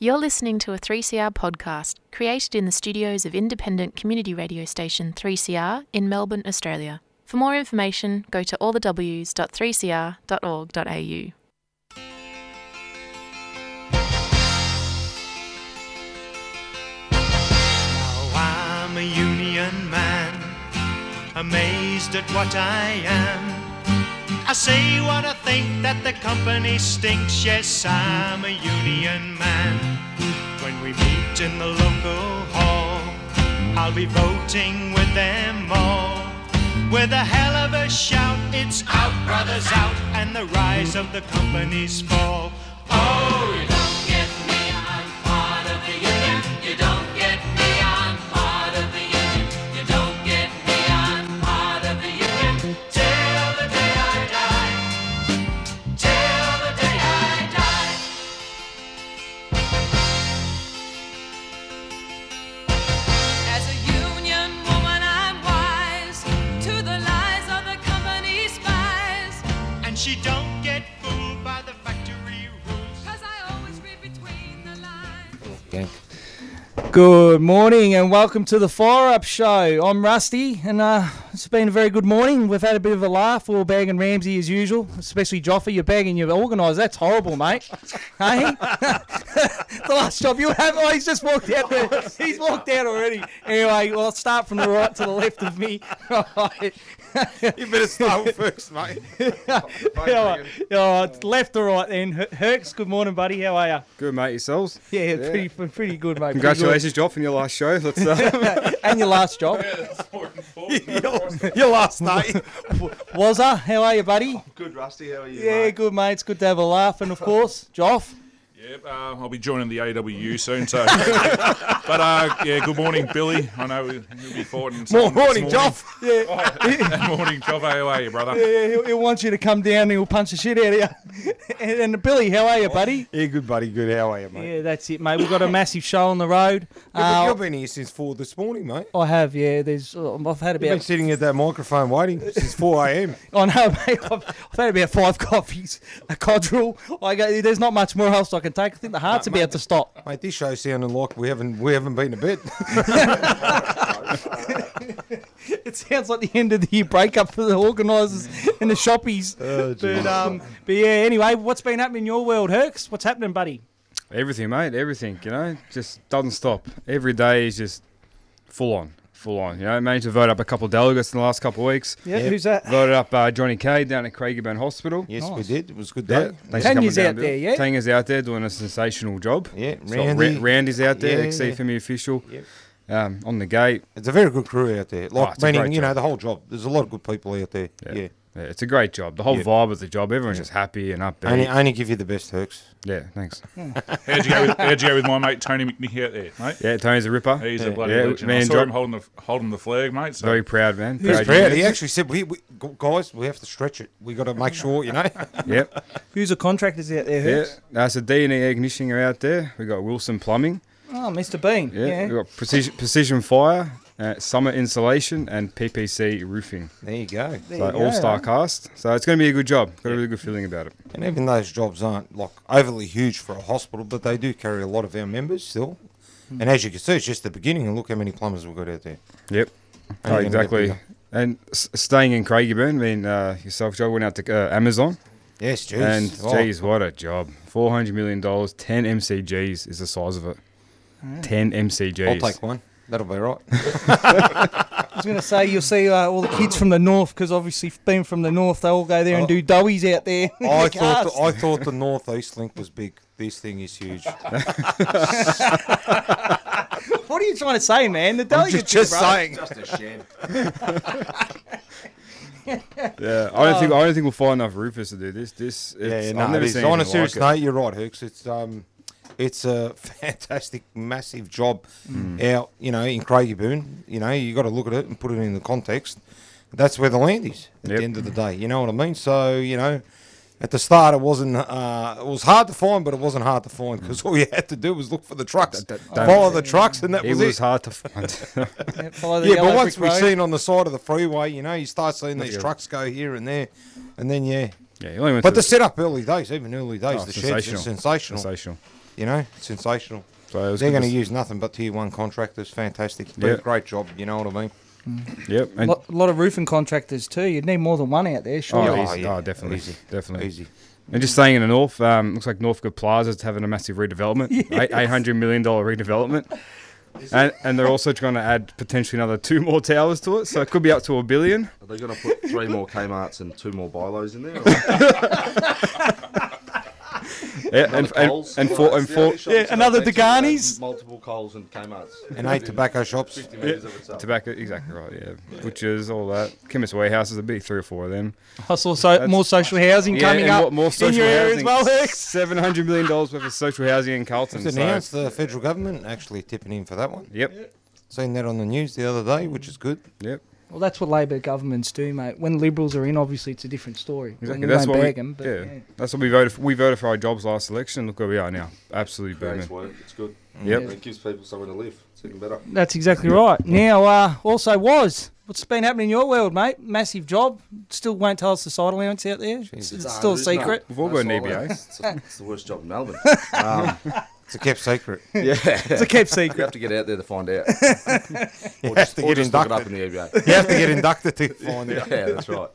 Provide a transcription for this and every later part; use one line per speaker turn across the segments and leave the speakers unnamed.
You're listening to a 3CR podcast created in the studios of independent community radio station 3CR in Melbourne, Australia. For more information, go to allthews.3cr.org.au.
Now Oh, I'm a union man, amazed at what I am. I say what I think that the company stinks. Yes, I'm a union man. When we meet in the local hall, I'll be voting with them all. With a hell of a shout, it's out, brothers, out, and the rise of the company's fall. Oh, you don't get me, I'm part of the union. You don't get me, I'm part of the union. You don't get me, I'm part of the union. Till the day I die. Till the day I die.
As a union woman, I'm wise to the lies of the company spies.
And she don't get fooled by the factory rules.
Cause I always read between the lines.
Good morning and welcome to the Fire Up Show. I'm Rusty and uh, it's been a very good morning. We've had a bit of a laugh. We were bagging Ramsey as usual, especially Joffa. You're bagging your organiser. That's horrible, mate. hey? the last job you have. Oh, he's just walked out there. He's walked out already. Anyway, well, I'll start from the right to the left of me. Right.
You better start first, mate.
All right. All right, Left to right then. Her- Herx, good morning, buddy. How are
Good, mate, yourselves.
you? Yeah, Pretty, pretty good, mate. Pretty good.
Congratulations, Joff, on your last show. Let's, uh,
And your last job.
your last night.
Wazza, how are you, buddy?
Oh, Good, Rusty. How are you?
Yeah,
mate?
good mate. It's good to have a laugh, and of course, Joff.
Yep, uh, I'll be joining the AWU soon. So, but uh, yeah, good morning, Billy. I know you'll be fighting. someone this
Yeah,
Oh.
Good morning, Joff. How are you, brother?
yeah he'll, he'll want you to come down and he'll punch the shit out of you. and, and Billy, how
Oh.
are you, buddy?
Yeah, good, buddy. Good. How are you, mate?
Yeah, that's it, mate. We've got a massive show on the road.
Yeah, but
Uh,
You've been here since four this morning, mate.
I have, yeah. There's, uh, I've had
You've been
about,
sitting at that microphone waiting since 4 a.m.
I know, mate. I've, I've had about five coffees, a codril. I go, there's not much more else I can take. I think the heart's about to stop.
Mate, this show sounding like we haven't we haven't been to bed.
It sounds like the end of the year breakup for the organisers and the shoppies.
geez.
but um, but yeah. Anyway, what's been happening in your world, Herx? What's happening, buddy?
Everything, mate. Everything, you know, just doesn't stop. Every day is just full on, full on. You know, managed to vote up a couple of delegates in the last couple of weeks.
Yeah,
Yep.
who's that?
Voted up uh, Johnny Kay down at Craigieburn Hospital.
yes, we
Nice.
did. It was a good
Yeah,
day.
thanks for
Tanya's
coming down,
out
Bill.
there, yeah?
Tanya's out there doing a sensational job.
Yeah,
It's got Ra-
Randy.
Randy's out there,
Yeah,
ex CFMU official,
Yep.
um, on the gate. Oh,
It's a very good crew out there. Like,
it's a
meaning,
great
you know,
job.
the whole job. There's a lot of good people out there. Yeah.
Yeah. Yeah, it's a great job. The whole
Yep.
vibe of the job, everyone's just happy and upbeat.
Only, only give you the best hooks.
yeah, thanks.
How'd you, go with, how'd you go with my mate Tony McNicky out there, mate?
Yeah, Tony's a ripper.
He's
yeah,
a bloody
yeah,
legend.
Man,
I saw
John-
him holding the holding the flag, mate. So
very proud, man.
He's
Proud
proud.
unit.
He actually said, we, we, gu- guys, we have to stretch it. we got to make sure, you know.
Yep.
Who's the contractors out there,
Yeah,
Herx?
that's a D&E air conditioning are out there. We got Wilson Plumbing.
Oh, Mr. Bean.
Yeah,
Yeah.
we got Precision, Precision Fire, uh, Summer Insulation, and PPC Roofing.
there you go.
There
So
you go,
all star
eh?
cast. So it's going to be a good job. Got a really good feeling about it.
And even those jobs aren't like overly huge for a hospital, but they do carry a lot of our members still.
Hmm.
And as you can see, it's just the beginning. And look how many plumbers we've got out there.
Yep.
And you're gonna get
Oh, exactly.
bigger.
And s- staying in Craigieburn, I mean, uh, yourself, Joe, went out to uh, Amazon.
Yes, geez.
and
Oh,
geez, what a job. $400 million, 10 MCGs is the size of it. 10 MCGs.
I'll take one. That'll be right.
I was going to say, you'll see uh, all the kids from the north, because obviously, being from the north, they all go there and do doughies out there.
I thought the, I thought the northeast link was big. This thing is huge.
what are you trying to say, man? The delegates, bro.
Just a shame.
Yeah, I don't think I don't think we'll find enough roofers to do this. This,
yeah,
it's,
yeah,
I've
no,
never
it is.
seen
On a
anything
serious
like it.
note, you're right, Herx. It's um, it's a fantastic, massive job
Mm.
out. You know, in Craigieburn. You know, you got to look at it and put it in the context. That's where the land is at
Yep.
the end of the day. You know what I mean? So you know. At the start, it wasn't. Uh, it was hard to find, but it wasn't hard to find because all you had to do was look for the trucks,
Mm. That- that- that-
follow the trucks, and that
It
was,
was
it.
hard to find.
Yeah, follow the
Yeah, but
yellow
once
brick
we've
road.
seen on the side of the freeway, you know, you start seeing these
good.
trucks go here and there, and then yeah,
yeah, you only went
but
to
the setup early days, even early days,
Oh,
the sheds are sensational.
sensational.
You know, sensational.
So it was
They're
good
going
to
to
s-
use nothing but tier one contractors. Fantastic. Did a
Yeah.
Great job. You know what I mean?
Yep.
A
And,
lot, lot of roofing contractors too. You'd need more than one out there,
oh,
sure.
Yeah.
easy.
yeah.
oh, definitely.
Easy.
Definitely.
Easy.
And just staying in the north, um, looks like Northcote Plaza's having a massive redevelopment, eight eight hundred million dollar redevelopment, and and they're also trying to add potentially another two more towers to it, so it could be up to a billion.
Are they going to put three more Kmart's and two more Bilos in there? Or
Yeah, and, and,
Coles?
and
Well,
four
that's
and
the
four
only shops that
another
actually have
Degani's.
Multiple Coles and Kmart's.
And eight tobacco shops.
50 metres of itself.
tobacco, exactly right. Yeah, butchers, all that. Chemist warehouses, there'd be three or four of them.
I saw so, more social housing coming
and
up
what more
in
social
your area as
housing?
well. Hex.
Seven hundred million dollars worth of social housing in Carlton.
It's
So,
announced the federal government actually tipping in for that one.
yep,
Seen that on the news the other day, which is good.
yep.
Well, that's what Labor governments do, mate. When Liberals are in, obviously it's a different story.
Exactly.
When you
That's
don't
what we,
bag 'em, but
yeah.
yeah.
That's what we voted. For. We voted for our jobs last election. Look where we are now. Absolutely
Creates
booming.
work. It's good.
Mm. Yep.
And it gives people somewhere to live. It's even better.
That's exactly right. Now, uh, also was what's been happening in your world, mate? Massive job. Still won't tell us the side allowance out there. It's, it's still a
Nah, there is
secret.
none.
We've all got an E
That's all
EBA.
it is. It's, it's the worst job in Melbourne.
It's a kept secret.
yeah.
It's a kept
You
secret.
have to get out there to find out.
You
Or
have
just,
to
or
get
just look it up
inducted.
in the EBA.
You have to get inducted to find out.
yeah, that's right.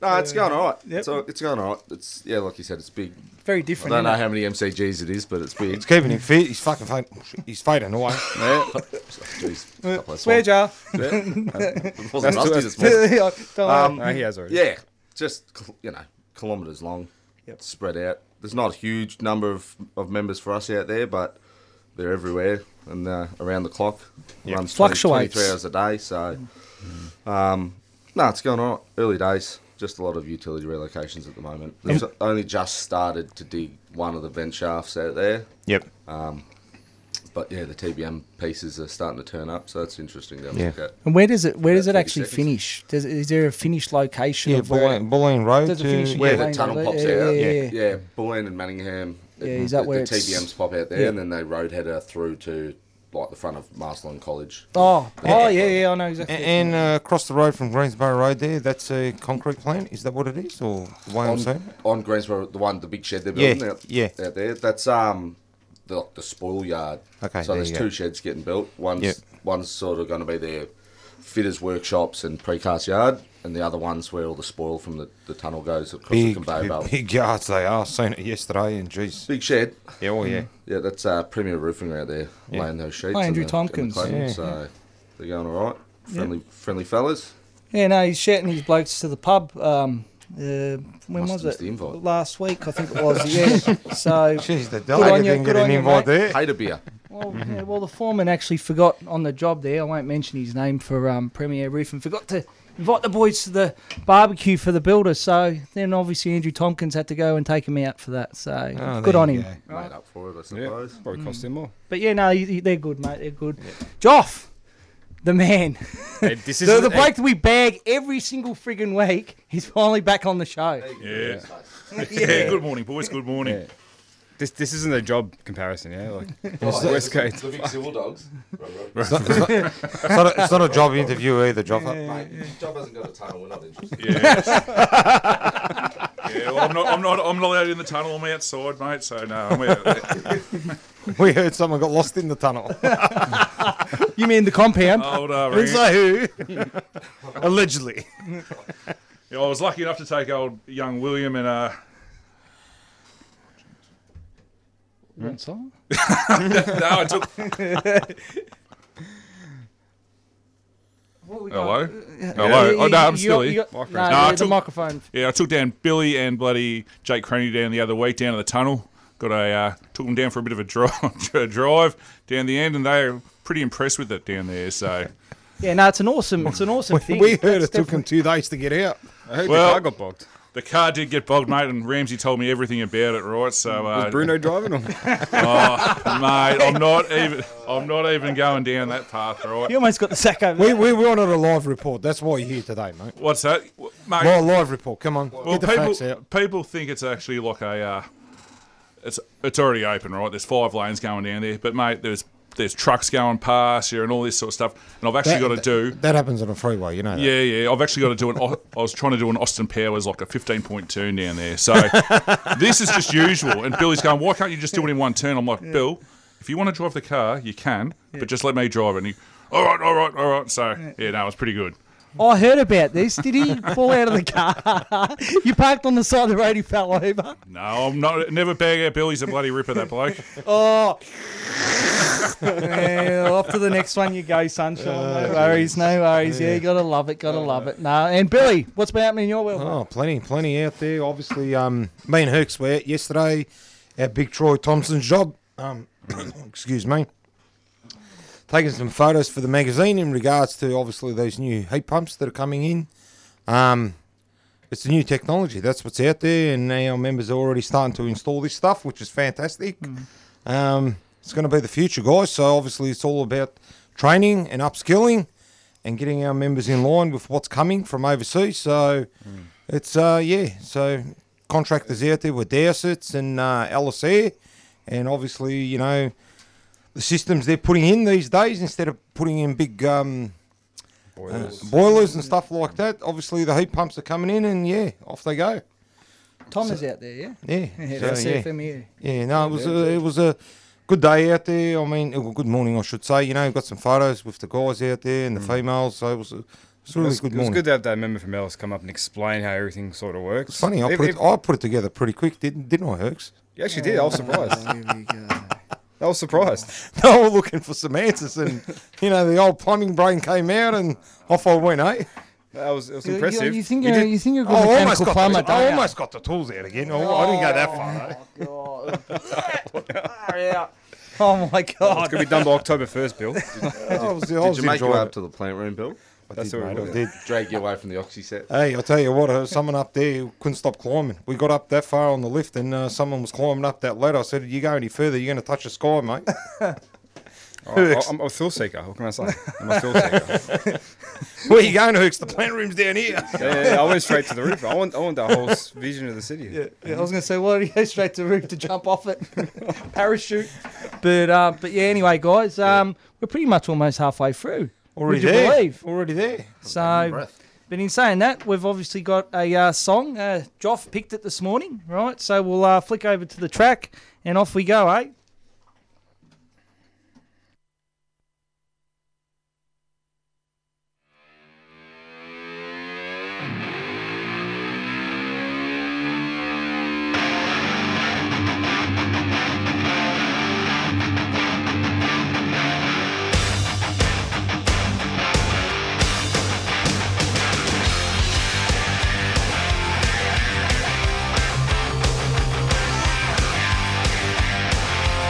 No, it's going all right. It's, all, it's going all right. It's yeah, like you said, it's big.
Very
I
different.
don't know
innit?
how many MCGs it is, but it's big.
It's keeping him fit. He's fucking fade, he's fading away.
Jeez, couple of
Swear
swabs.
jar.
It wasn't
That's-
rusty
that's-
this morning.
Don't worry.
Um,
No, he has already.
Yeah, just kil- you know, kilometres long, spread out. There's not a huge number of, of members for us out there, but they're everywhere and uh, around the clock. Runs 20
Fluctuates.
23 hours a day, so um, no, it's going on early days. Just a lot of utility relocations at the moment. They've only just started to dig one of the vent shafts out there,
Yep.
but yeah, the TBM pieces are starting to turn up, so it's interesting to have
Yeah.
a look at.
and where does it where does it
About 30
actually
seconds.
finish? Does, is there a finished location?
Yeah,
of where
Bulleen, Bulleen Road
Does it
to
finish in
where
Yeah,
the
Lane
tunnel
Road,
pops
yeah,
out.
yeah,
Yeah,
yeah.
yeah. Bulleen and Manningham.
Yeah,
it-
is that
the,
where
the
it's-
TBMs pop out there,
yeah.
and then they road header through to like the front of Marsland College.
Oh, oh yeah, yeah, I know exactly.
A- And uh, across the road from Greensboro Road there, that's a concrete plant. Is that what it is, or the way I'm saying?
on, on Greensboro, the one, the big shed they're
Yeah,
building out,
yeah.
out there. That's um the, the spoil yard.
Okay,
So
there
there's
you
two
go.
sheds getting built. One's
Yep.
one's sort of going to be their fitters workshops and precast yard, and the other one's where all the spoil from the, the tunnel goes across the
Big,
conveyor belt.
big, big yards they are. Seen it yesterday, and geez.
Big shed.
Yeah, oh
Mm.
yeah.
Yeah, that's uh, Premier Roofing out there
Yeah.
laying those sheets.
Oh, Andrew
and the-
Tompkins.
And the clothing,
Yeah.
so they're going all right. Friendly, friendly fellas.
Yeah, no, he's shouting his blokes to the pub. Um, uh, when
Must
was
have missed
it?
the invite.
Last week, I think it was. Yeah. So,
Jeez, the
on
delegate
you,
didn't
good
get an
on you,
invite
mate.
there.
Hater beer.
well, yeah, well, the foreman actually forgot on the job there. I won't mention his name for um, Premier Roof and forgot to invite the boys to the barbecue for the builder. So then, obviously, Andrew Tompkins had to go and take him out for that. So
Oh,
good
there
on
you
him.
go.
Made up for it, I
Yeah,
suppose.
probably cost him more.
But yeah, no, he- he- they're good, mate. They're good. Joff, the man,
Hey, this is
the, the bloke that we bag every single friggin' week, he's finally back on the show.
Yeah. yeah. Good morning, boys. Good morning.
Yeah. This this isn't a job comparison, yeah. Like Westgate.
The big civil dogs.
It's not, a, it's not a job interview either, Joffa.
Mate, job hasn't got a tunnel. We're not interested.
Yeah. yeah. Well, I'm not. I'm not. I'm not allowed in the tunnel. I'm outside, mate. So no, I'm out there.
We heard someone got lost in the tunnel.
You mean the compound?
Old, uh,
Didn't
Randy.
say who. Allegedly.
Yeah, I was lucky enough to take old young William and uh,
That's all.
no, I took.
What we got?
Hello. Hello.
Yeah,
oh no,
you-
I'm
you
still
got- you
here.
got-
Microphone.
No,
Nah, I
the
took-
microphone.
Yeah, I took down Billy and bloody Jake Craney down the other week down in the tunnel. Got a uh, took them down for a bit of a drive, a drive down the end, and they were pretty impressed with it down there. So
Yeah, no, it's an awesome, it's an awesome thing.
We heard
That's
it took him two days to get out.
I heard
Well-
the car got bogged.
the car did get bogged, mate, and Ramsey told me everything about it, right? So uh,
Was Bruno driving him?
oh, mate, I'm not even I'm not even going down that path,
You
right?
almost got the sack over.
We,
there.
we wanted a live report. That's why you're here today, mate.
What's that, W- mate?
Well, a live report. Come on.
Well,
get the facts out.
people, people think it's actually like a, uh, it's it's already open, right? There's five lanes going down there, but mate, there's there's trucks going past you and all this sort of stuff. And I've actually got to do.
That happens on a freeway, you know. that.
Yeah, yeah. I've actually got to do an. Au- I was trying to do an Austin Powers like a 15-point turn down there. So this is just usual. And Billy's going, "Why can't you just do it in one turn?" I'm like, "Bill, if you want to drive the car, you can, but just let me drive it." And he, "All right, all right, all right." So yeah, no, it was pretty good.
I heard about this. Did he fall out of the car? you parked on the side of the road. He fell over.
No, I'm not. Never bag out Billy's a bloody ripper. That bloke.
Oh. Yeah, off to the next one you go, sunshine. no worries, no worries. Yeah, you gotta love it, gotta love it. No, and Billy, what's been happening in your world?
Oh, plenty, plenty out there. Obviously, um, me and Herc's were out yesterday at Big Troy Thompson's job. Um, excuse me. Taking some photos for the magazine in regards to obviously those new heat pumps that are coming in. Um, it's the new technology. That's what's out there, and our members are already starting to install this stuff, which is fantastic. Um, it's going to be the future, guys. So obviously, it's all about training and upskilling, and getting our members in line with what's coming from overseas. So it's uh, yeah. So contractors out there with Dowsett's and uh, LSA, and obviously, you know, the systems they're putting in these days instead of putting in big. Um, boilers. boilers and stuff like that. Obviously, the heat pumps are coming in, and yeah, off they go.
Tom is out there, yeah.
Yeah,
Yeah,
so, yeah.
CFMU.
Yeah, no, it was a, it was a good day out there. I mean, well, good morning, I should say. You know, we've got some photos with the guys out there and the females, so it was a,
It
it was a really
was,
good
Mm. it was
morning.
good to have that member from Ellis come up and explain how everything sort of works.
It's funny, I
If-
put
if-
it, I put it together pretty quick, didn't didn't I, Herx?
you actually did. I was surprised.
Here Oh, we go.
I was surprised.
They were looking for some answers, and you know the old plumbing brain came out, and off I went, eh? Oh,
That was it was
You- you-
impressive.
You, think
We
you're,
did-
you think you're a good
I almost
mechanical
got
plumber,
the, I
don't you?
almost got the tools out again. I, I didn't go that far. eh?
Oh my
it's
god.
gonna be done by October first, Bill.
I was, I
Did
was
you make your way
enjoying
up
it.
to the plant room, Bill?
I
That's
did,
all
mate,
right.
I did.
Drag you away from the oxy set.
Hey, I'll tell you what, uh, someone up there couldn't stop climbing. We got up that far on the lift and uh, someone was climbing up that ladder. I said, You go any further, you're going to touch the sky, mate.
All right, I- I'm a thrill seeker. What can I say? I'm a thrill seeker.
Where you going, Hooks? The plant room's down here.
Yeah, yeah, I went straight to the roof. I want, I want the whole s- vision of the city.
Yeah, I was gonna say, why do you go straight to the roof to jump off it? Parachute. But uh, but yeah, anyway, guys, um, we're pretty much almost halfway through.
Already
Would you
there.
believe?
Already there.
So, but in saying that, we've obviously got a uh, song. Uh, Joff picked it this morning, right? So we'll uh, flick over to the track and off we go, eh?
Thank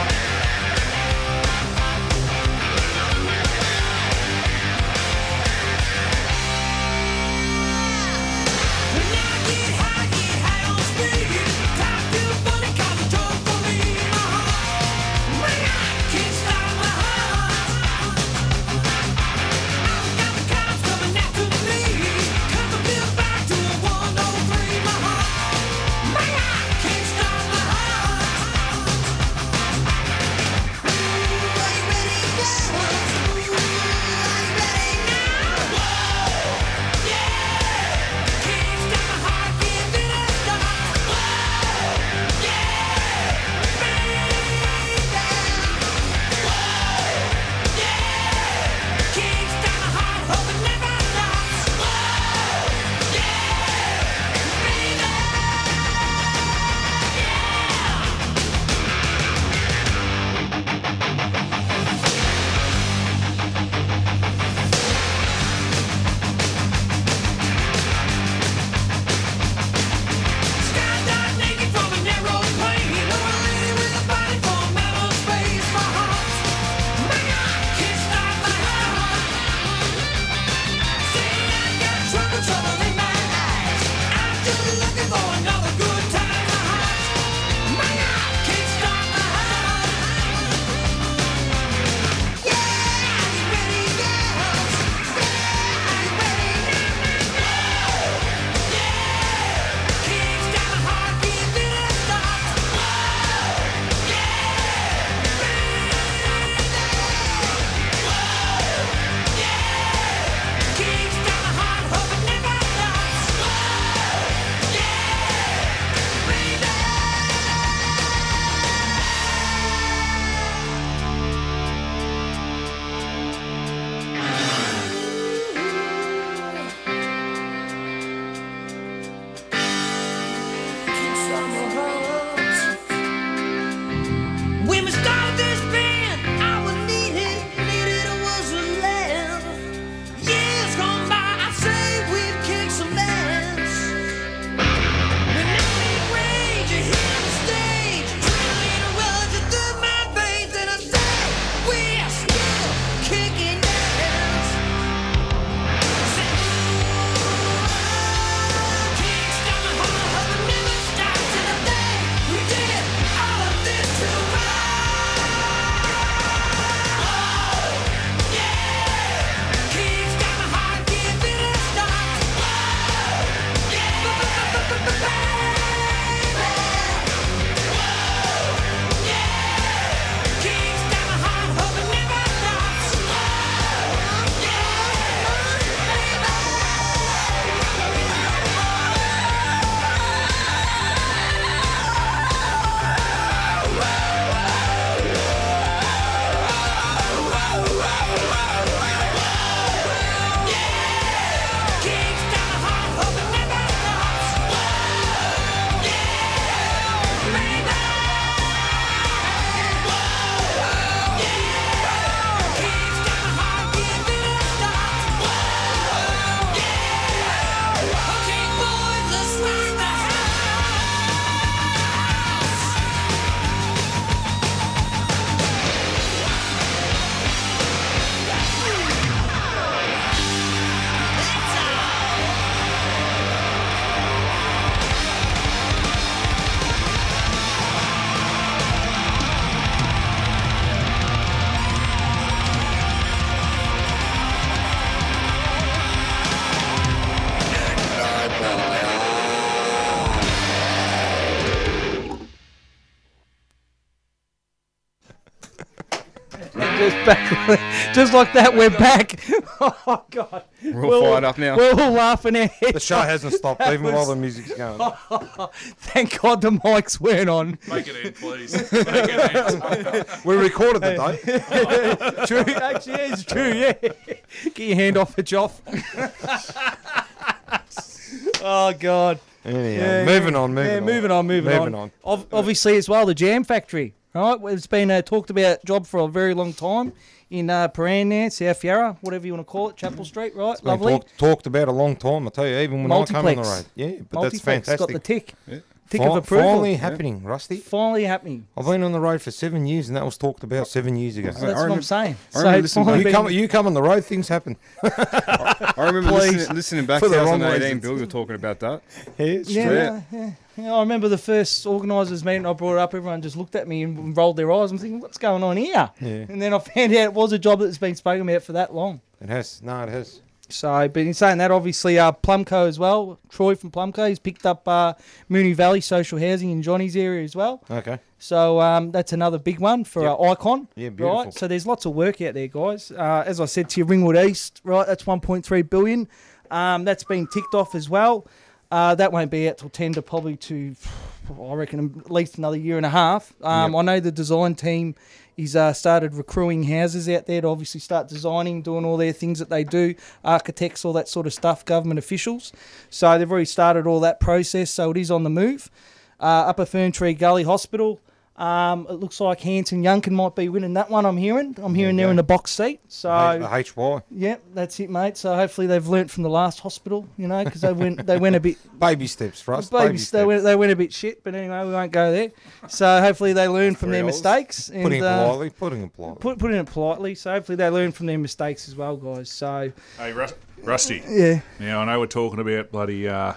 Just back, just like that, we're back. Oh God,
We're all fired up now.
We're all laughing at
The
it.
show hasn't stopped,
That
even while
was-
the music's going.
Thank God the mics weren't on.
Make it in, please. Make it in.
We recorded it though.
true, actually, yeah, it's true. Yeah, get your hand off it, Joff. oh God.
Anyhow,
Yeah,
moving on, moving
yeah,
on.
moving on, moving,
Moving on.
Ob- obviously, as well, the jam factory. Right, it's been a talked about job for a very long time in uh, Paran there, South Yarra, whatever you want to call it, Chapel Street, right?
Been
Lovely.
talk- talked about a long time, I tell you, even when I come on the road.
Multiplex.
Yeah, but that's
Multiplex
fantastic.
got the tick, tick
Fi-
of approval.
Finally
Finally,
happening, Rusty.
happening.
I've been on the road for seven years, and that was talked about seven years ago.
That's what I'm
remember-
saying.
I
So
remember
it's
listening to-
finally
You
been,
come, you come on the road, things happen.
I remember
Please.
listening, listening back
For
to
the wrong
2018,
reasons.
Bill, you were talking about that.
yeah,
straight.
yeah, yeah, yeah. I remember the first organisers meeting I brought it up. Everyone just looked at me and rolled their eyes. I'm thinking, what's going on here?
Yeah.
And then I found out it was a job that's been spoken about for that long.
It has. No, it has.
So, but in saying that, obviously, uh, Plumco as well, Troy from Plumco, he's picked up uh, Mooney Valley social housing in Johnny's area as well.
Okay.
So um, that's another big one for our Icon.
Yeah, beautiful.
Right? So there's lots of work out there, guys. Uh, as I said to you, Ringwood East, right? That's 1.3 billion. Um, that's been ticked off as well. Uh, that won't be out till tender, probably to, I reckon, at least another year and a half. Um,
Yep.
I know the design team is uh, started recruiting houses out there to obviously start designing, doing all their things that they do, architects, all that sort of stuff, government officials. So they've already started all that process. So it is on the move. Uh, Upper Fern Tree Gully Hospital. Um, it looks like Hanson Youngkin might be winning that one. I'm hearing. I'm hearing they're in the box seat. So
the HY.
yeah, that's it, mate. So hopefully they've learnt from the last hospital, you know, because they went they went a bit
Baby steps for us.
baby,
Baby,
they
steps.
went they went a bit shit. But anyway, we won't go there. So hopefully they learn from their
Three Ls.
mistakes. And,
Putting it
uh,
politely. Putting it politely.
Put, putting it politely, so hopefully they learn from their mistakes as well, guys. So
Hey, Rus- Rusty.
yeah,
Now I know we're talking about bloody, uh,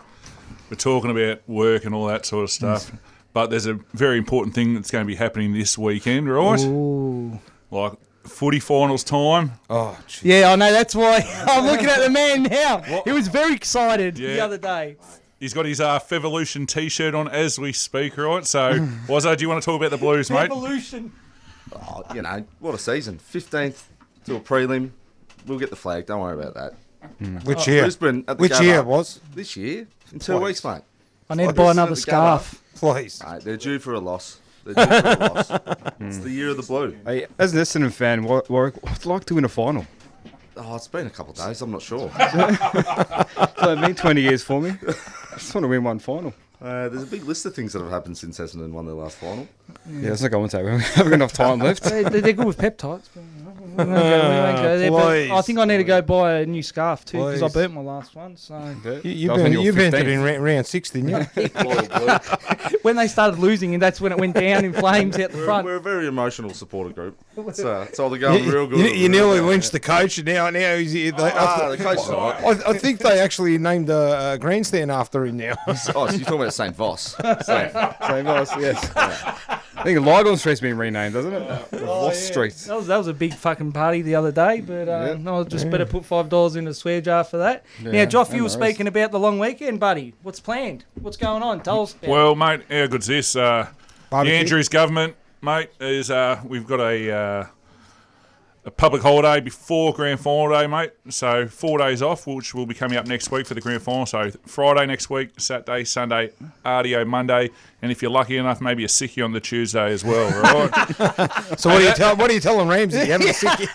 we're talking about work and all that sort of stuff, but there's a very important thing that's going to be happening this weekend, right?
Ooh.
Like footy finals time.
oh, gee.
yeah, I know that's why I'm looking at the man now. He was very excited the
Yeah.
other day.
He's got his uh, Fevolution T-shirt on as we speak, right? So, Wazzo, do you want to talk about the Blues, mate?
Evolution.
Oh, you know, what a season. 15th to a prelim. We'll get the flag. Don't worry about that.
Which year?
Brisbane at the
Which
Gabba.
year it was?
This year? In two
Twice.
weeks, mate.
I need to
Like
buy
this,
another
the gather.
scarf.
Please.
Mate, they're due for a loss. They're due for a loss. It's the year of the blue.
Hey, as an Essendon fan, Wa- Warwick, what's it like to win a final?
Oh, it's been a couple of days. I'm not sure.
So it been 20 years for me. I just want to win one final.
Uh, there's a big list of things that have happened since Essendon won their last final.
Yeah, let's not go into that. We haven't got enough time left.
they, they- they're good with peptides. but we won't go- we won't go there, but I
Please,
think I need to go buy a new scarf too because I
Please.
burnt my last one. So
You, you've been, you've entered in round, round six, didn't you?
Loyal blue.
when they started losing, and that's when it went down in flames out the
We're,
front.
we're a very emotional supporter group. It's, uh, it's either going
You-
real good.
You,
or
you
real
nearly
bad.
lynched the coach, and now now he's. They,
Ah, the coach is all right.
I, I think they actually named a, uh grandstand after him now.
Oh, so you're talking about St. Voss.
Same as us, yes. I think Lygon Street's been renamed, doesn't it? Lost Street.
That was, that was a big fucking party the other day, but uh, I was just better put five dollars in a swear jar for that. now,
Yeah,
Joff,
no
you were
worries.
speaking about the long weekend, buddy. What's planned? What's going on? Tell us. About
Well, mate, how good's this? Uh, the
Barbecue?
Andrews government, mate, is uh, we've got a uh, a public holiday before grand final day, mate. So four days off, which will be coming up next week for the grand final. So Friday next week, Saturday, Sunday, RDO Monday, and if you're lucky enough, maybe a sickie on the Tuesday as well, right?
So what do you tell? What do you telling Ramsey? You haven't sick yet?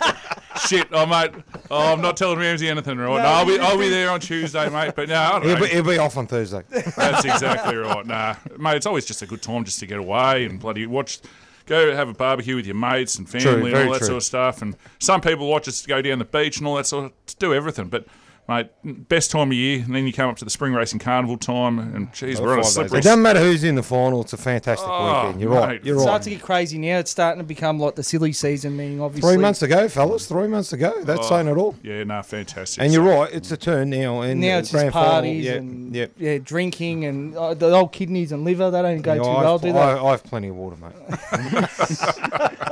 Shit, oh mate, oh, I'm not telling Ramsey anything, right? No, I'll be I'll be there on Tuesday, mate. But no, I don't
He'll
know.
be, he'll be off on Thursday.
That's exactly right. Nah, mate, it's always just a good time just to get away and bloody watch. Go have a barbecue with your mates and family and
very
all that
true.
sort of stuff. And some people like just to go down the beach and all that sort of to do everything. But mate, best time of year. And then you come up to the spring racing carnival time, and geez, we're on a
five days
slippery.
It doesn't matter who's in the final. It's a fantastic
Oh,
weekend. You're
mate.
right. You're
it. Starts to
right.
get crazy now. It's starting to become like the silly season, meaning obviously
Three months ago, fellas. Three months ago.
Oh.
That's saying it all.
Yeah, nah, fantastic.
And you're right. It's a turn now. And
Now
the
it's just
grand final,
parties
yeah,
and
yeah.
yeah, drinking and uh, the old kidneys and liver. They don't go
Yeah,
too
I've-
well, do they?
I, I have plenty of water, mate.